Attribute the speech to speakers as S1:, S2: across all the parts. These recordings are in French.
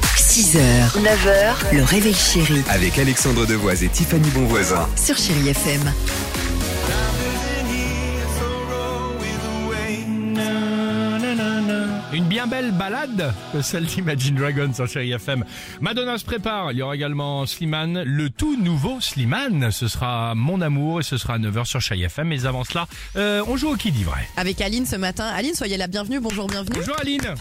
S1: 6h, 9h, le réveil chéri
S2: Avec Alexandre Devoise et Tiffany Bonvoisin.
S1: sur Chéri FM.
S3: Une bien belle balade que celle d'Imagine Dragons sur Chéri FM. Madonna se prépare. Il y aura également Slimane, le tout nouveau Slimane. Ce sera Mon Amour et ce sera à 9h sur Chéri FM. Mais avant cela, euh, on joue au qui dit vrai.
S4: avec Aline ce matin. Aline, soyez la bienvenue. Bonjour, bienvenue.
S3: Bonjour Aline.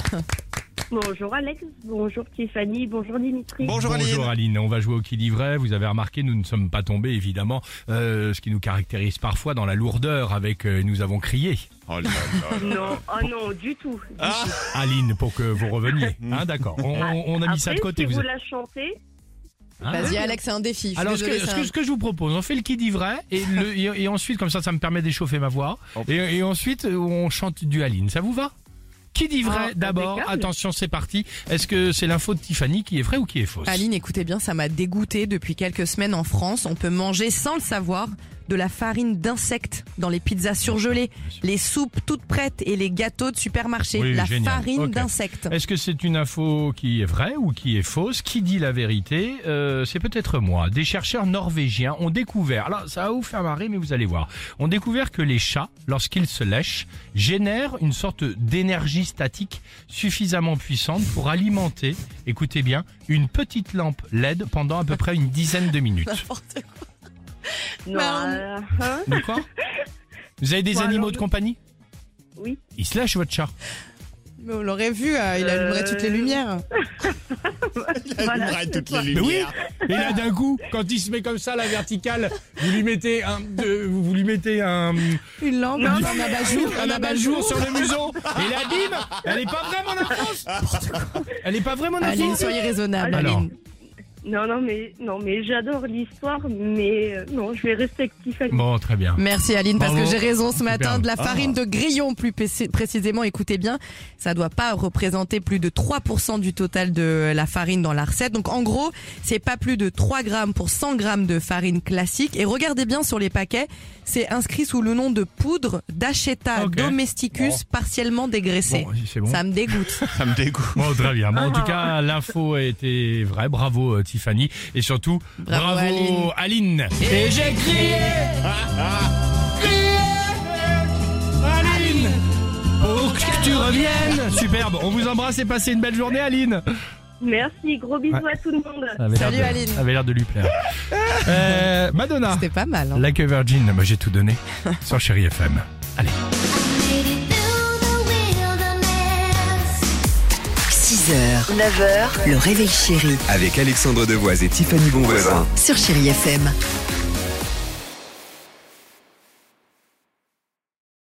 S5: Bonjour Alex, bonjour Tiffany, bonjour Dimitri.
S6: Bonjour Aline.
S3: Bonjour Aline. On va jouer au qui dit vrai. Vous avez remarqué, nous ne sommes pas tombés évidemment, euh, ce qui nous caractérise parfois dans la lourdeur avec euh, nous avons crié.
S6: Oh là
S3: Bah.
S6: là.
S5: Non, oh non, du tout. du
S6: Ah,
S5: tout.
S3: Aline, pour que vous reveniez. Hein, d'accord. On, on- on a mis
S5: Après,
S3: ça de côté.
S5: Si vous,
S3: vous-
S5: la chantez,
S3: Hein
S4: Vas-y, Alex, c'est un défi. Je suis
S3: Alors, ce que,
S4: désolée,
S3: ce
S4: c'est
S3: que- ce que je vous propose, on fait le qui dit vrai, et, le- et, et ensuite, comme ça, ça me permet d'échauffer ma voix. Et, et ensuite, on chante du Aline. Ça vous va Qui dit vrai
S5: Ah,
S3: d'abord
S5: impeccable.
S3: Attention, c'est parti. Est-ce que c'est l'info de Tiffany qui est vraie ou qui est fausse
S4: un- Aline, écoutez bien, ça m'a dégoûté. Depuis quelques semaines en France, on peut manger sans le savoir de la farine d'insectes dans les pizzas surgelées, les soupes toutes prêtes et les gâteaux de supermarché.
S3: Ah, Oui,
S4: la
S3: génial.
S4: farine
S3: Ok.
S4: d'insectes.
S3: Est-ce que c'est une info qui est vraie ou qui est fausse Qui dit la vérité Euh, C'est peut-être moi. Des chercheurs norvégiens ont découvert, alors ça va vous faire marrer mais vous allez voir, ont découvert que les chats, lorsqu'ils se lèchent, génèrent une sorte d'énergie statique suffisamment puissante pour alimenter, écoutez bien, une petite lampe LED pendant à peu près une dizaine de minutes.
S4: N'importe quoi.
S5: non.
S4: Bah,
S5: euh, hein
S3: D'accord Vous avez des
S5: Bon,
S3: animaux
S5: alors,
S3: de compagnie
S5: oui.
S3: Il se lèche votre chat
S4: Mais on l'aurait vu, euh, il allumerait toutes les lumières.
S5: Voilà,
S6: Allumerait
S5: ce
S6: toutes
S5: soir.
S6: les
S3: Mais oui
S6: lumières.
S3: Et là d'un coup, quand il se met comme ça, la verticale, vous lui mettez un, deux, vous lui mettez un,
S4: Une lampe,
S5: Non,
S4: un abat-jour,
S3: un abat-jour sur le museau. Et la bim, elle est pas vraie mon enfance. Elle est pas vraie mon
S4: Aline,
S3: enfance.
S4: soyez raisonnable.
S3: Alors.
S4: Aline.
S5: Non, non, mais, non, mais j'adore l'histoire, mais euh, non, je vais rester avec Tiffany.
S3: Bon, très bien.
S4: Merci Aline, parce
S3: Bravo.
S4: que j'ai raison ce matin.
S3: Superbe. Ah.
S4: De la farine de grillon, plus précis- précisément, écoutez bien, ça doit pas représenter plus de 3% du total de la farine dans la recette. Donc en gros, c'est pas plus de 3 grammes pour 100 grammes de farine classique. Et regardez bien sur les paquets, c'est inscrit sous le nom de poudre d'acheta
S3: Ah, Ok.
S4: domesticus
S3: Bon.
S4: partiellement dégraissée.
S3: Bon, c'est bon.
S4: Ça me dégoûte.
S6: Ça me dégoûte.
S3: Bon, Oh, très bien. Bon, en tout cas, l'info a été vraie. Bravo euh, Tiffany. Et surtout, bravo,
S4: Bravo,
S3: Aline. Et j'ai crié, crié, Aline, pour que tu reviennes. Superbe. On vous embrasse et passez une belle journée, Aline.
S5: Merci, gros bisous
S3: Ouais.
S5: à tout le monde.
S3: Ça avait
S4: Salut,
S3: l'air de-
S4: Aline.
S3: ça avait l'air de lui plaire. Euh, Madonna.
S4: C'était pas mal. hein.
S3: Like a Virgin, moi j'ai tout donné sur Chéri FM. Allez.
S7: Made it through the wilderness.
S1: 6h, 9h, le réveil chéri
S2: Avec Alexandre Devoise et Tiffany Bonvoisin.
S1: sur Chéri FM.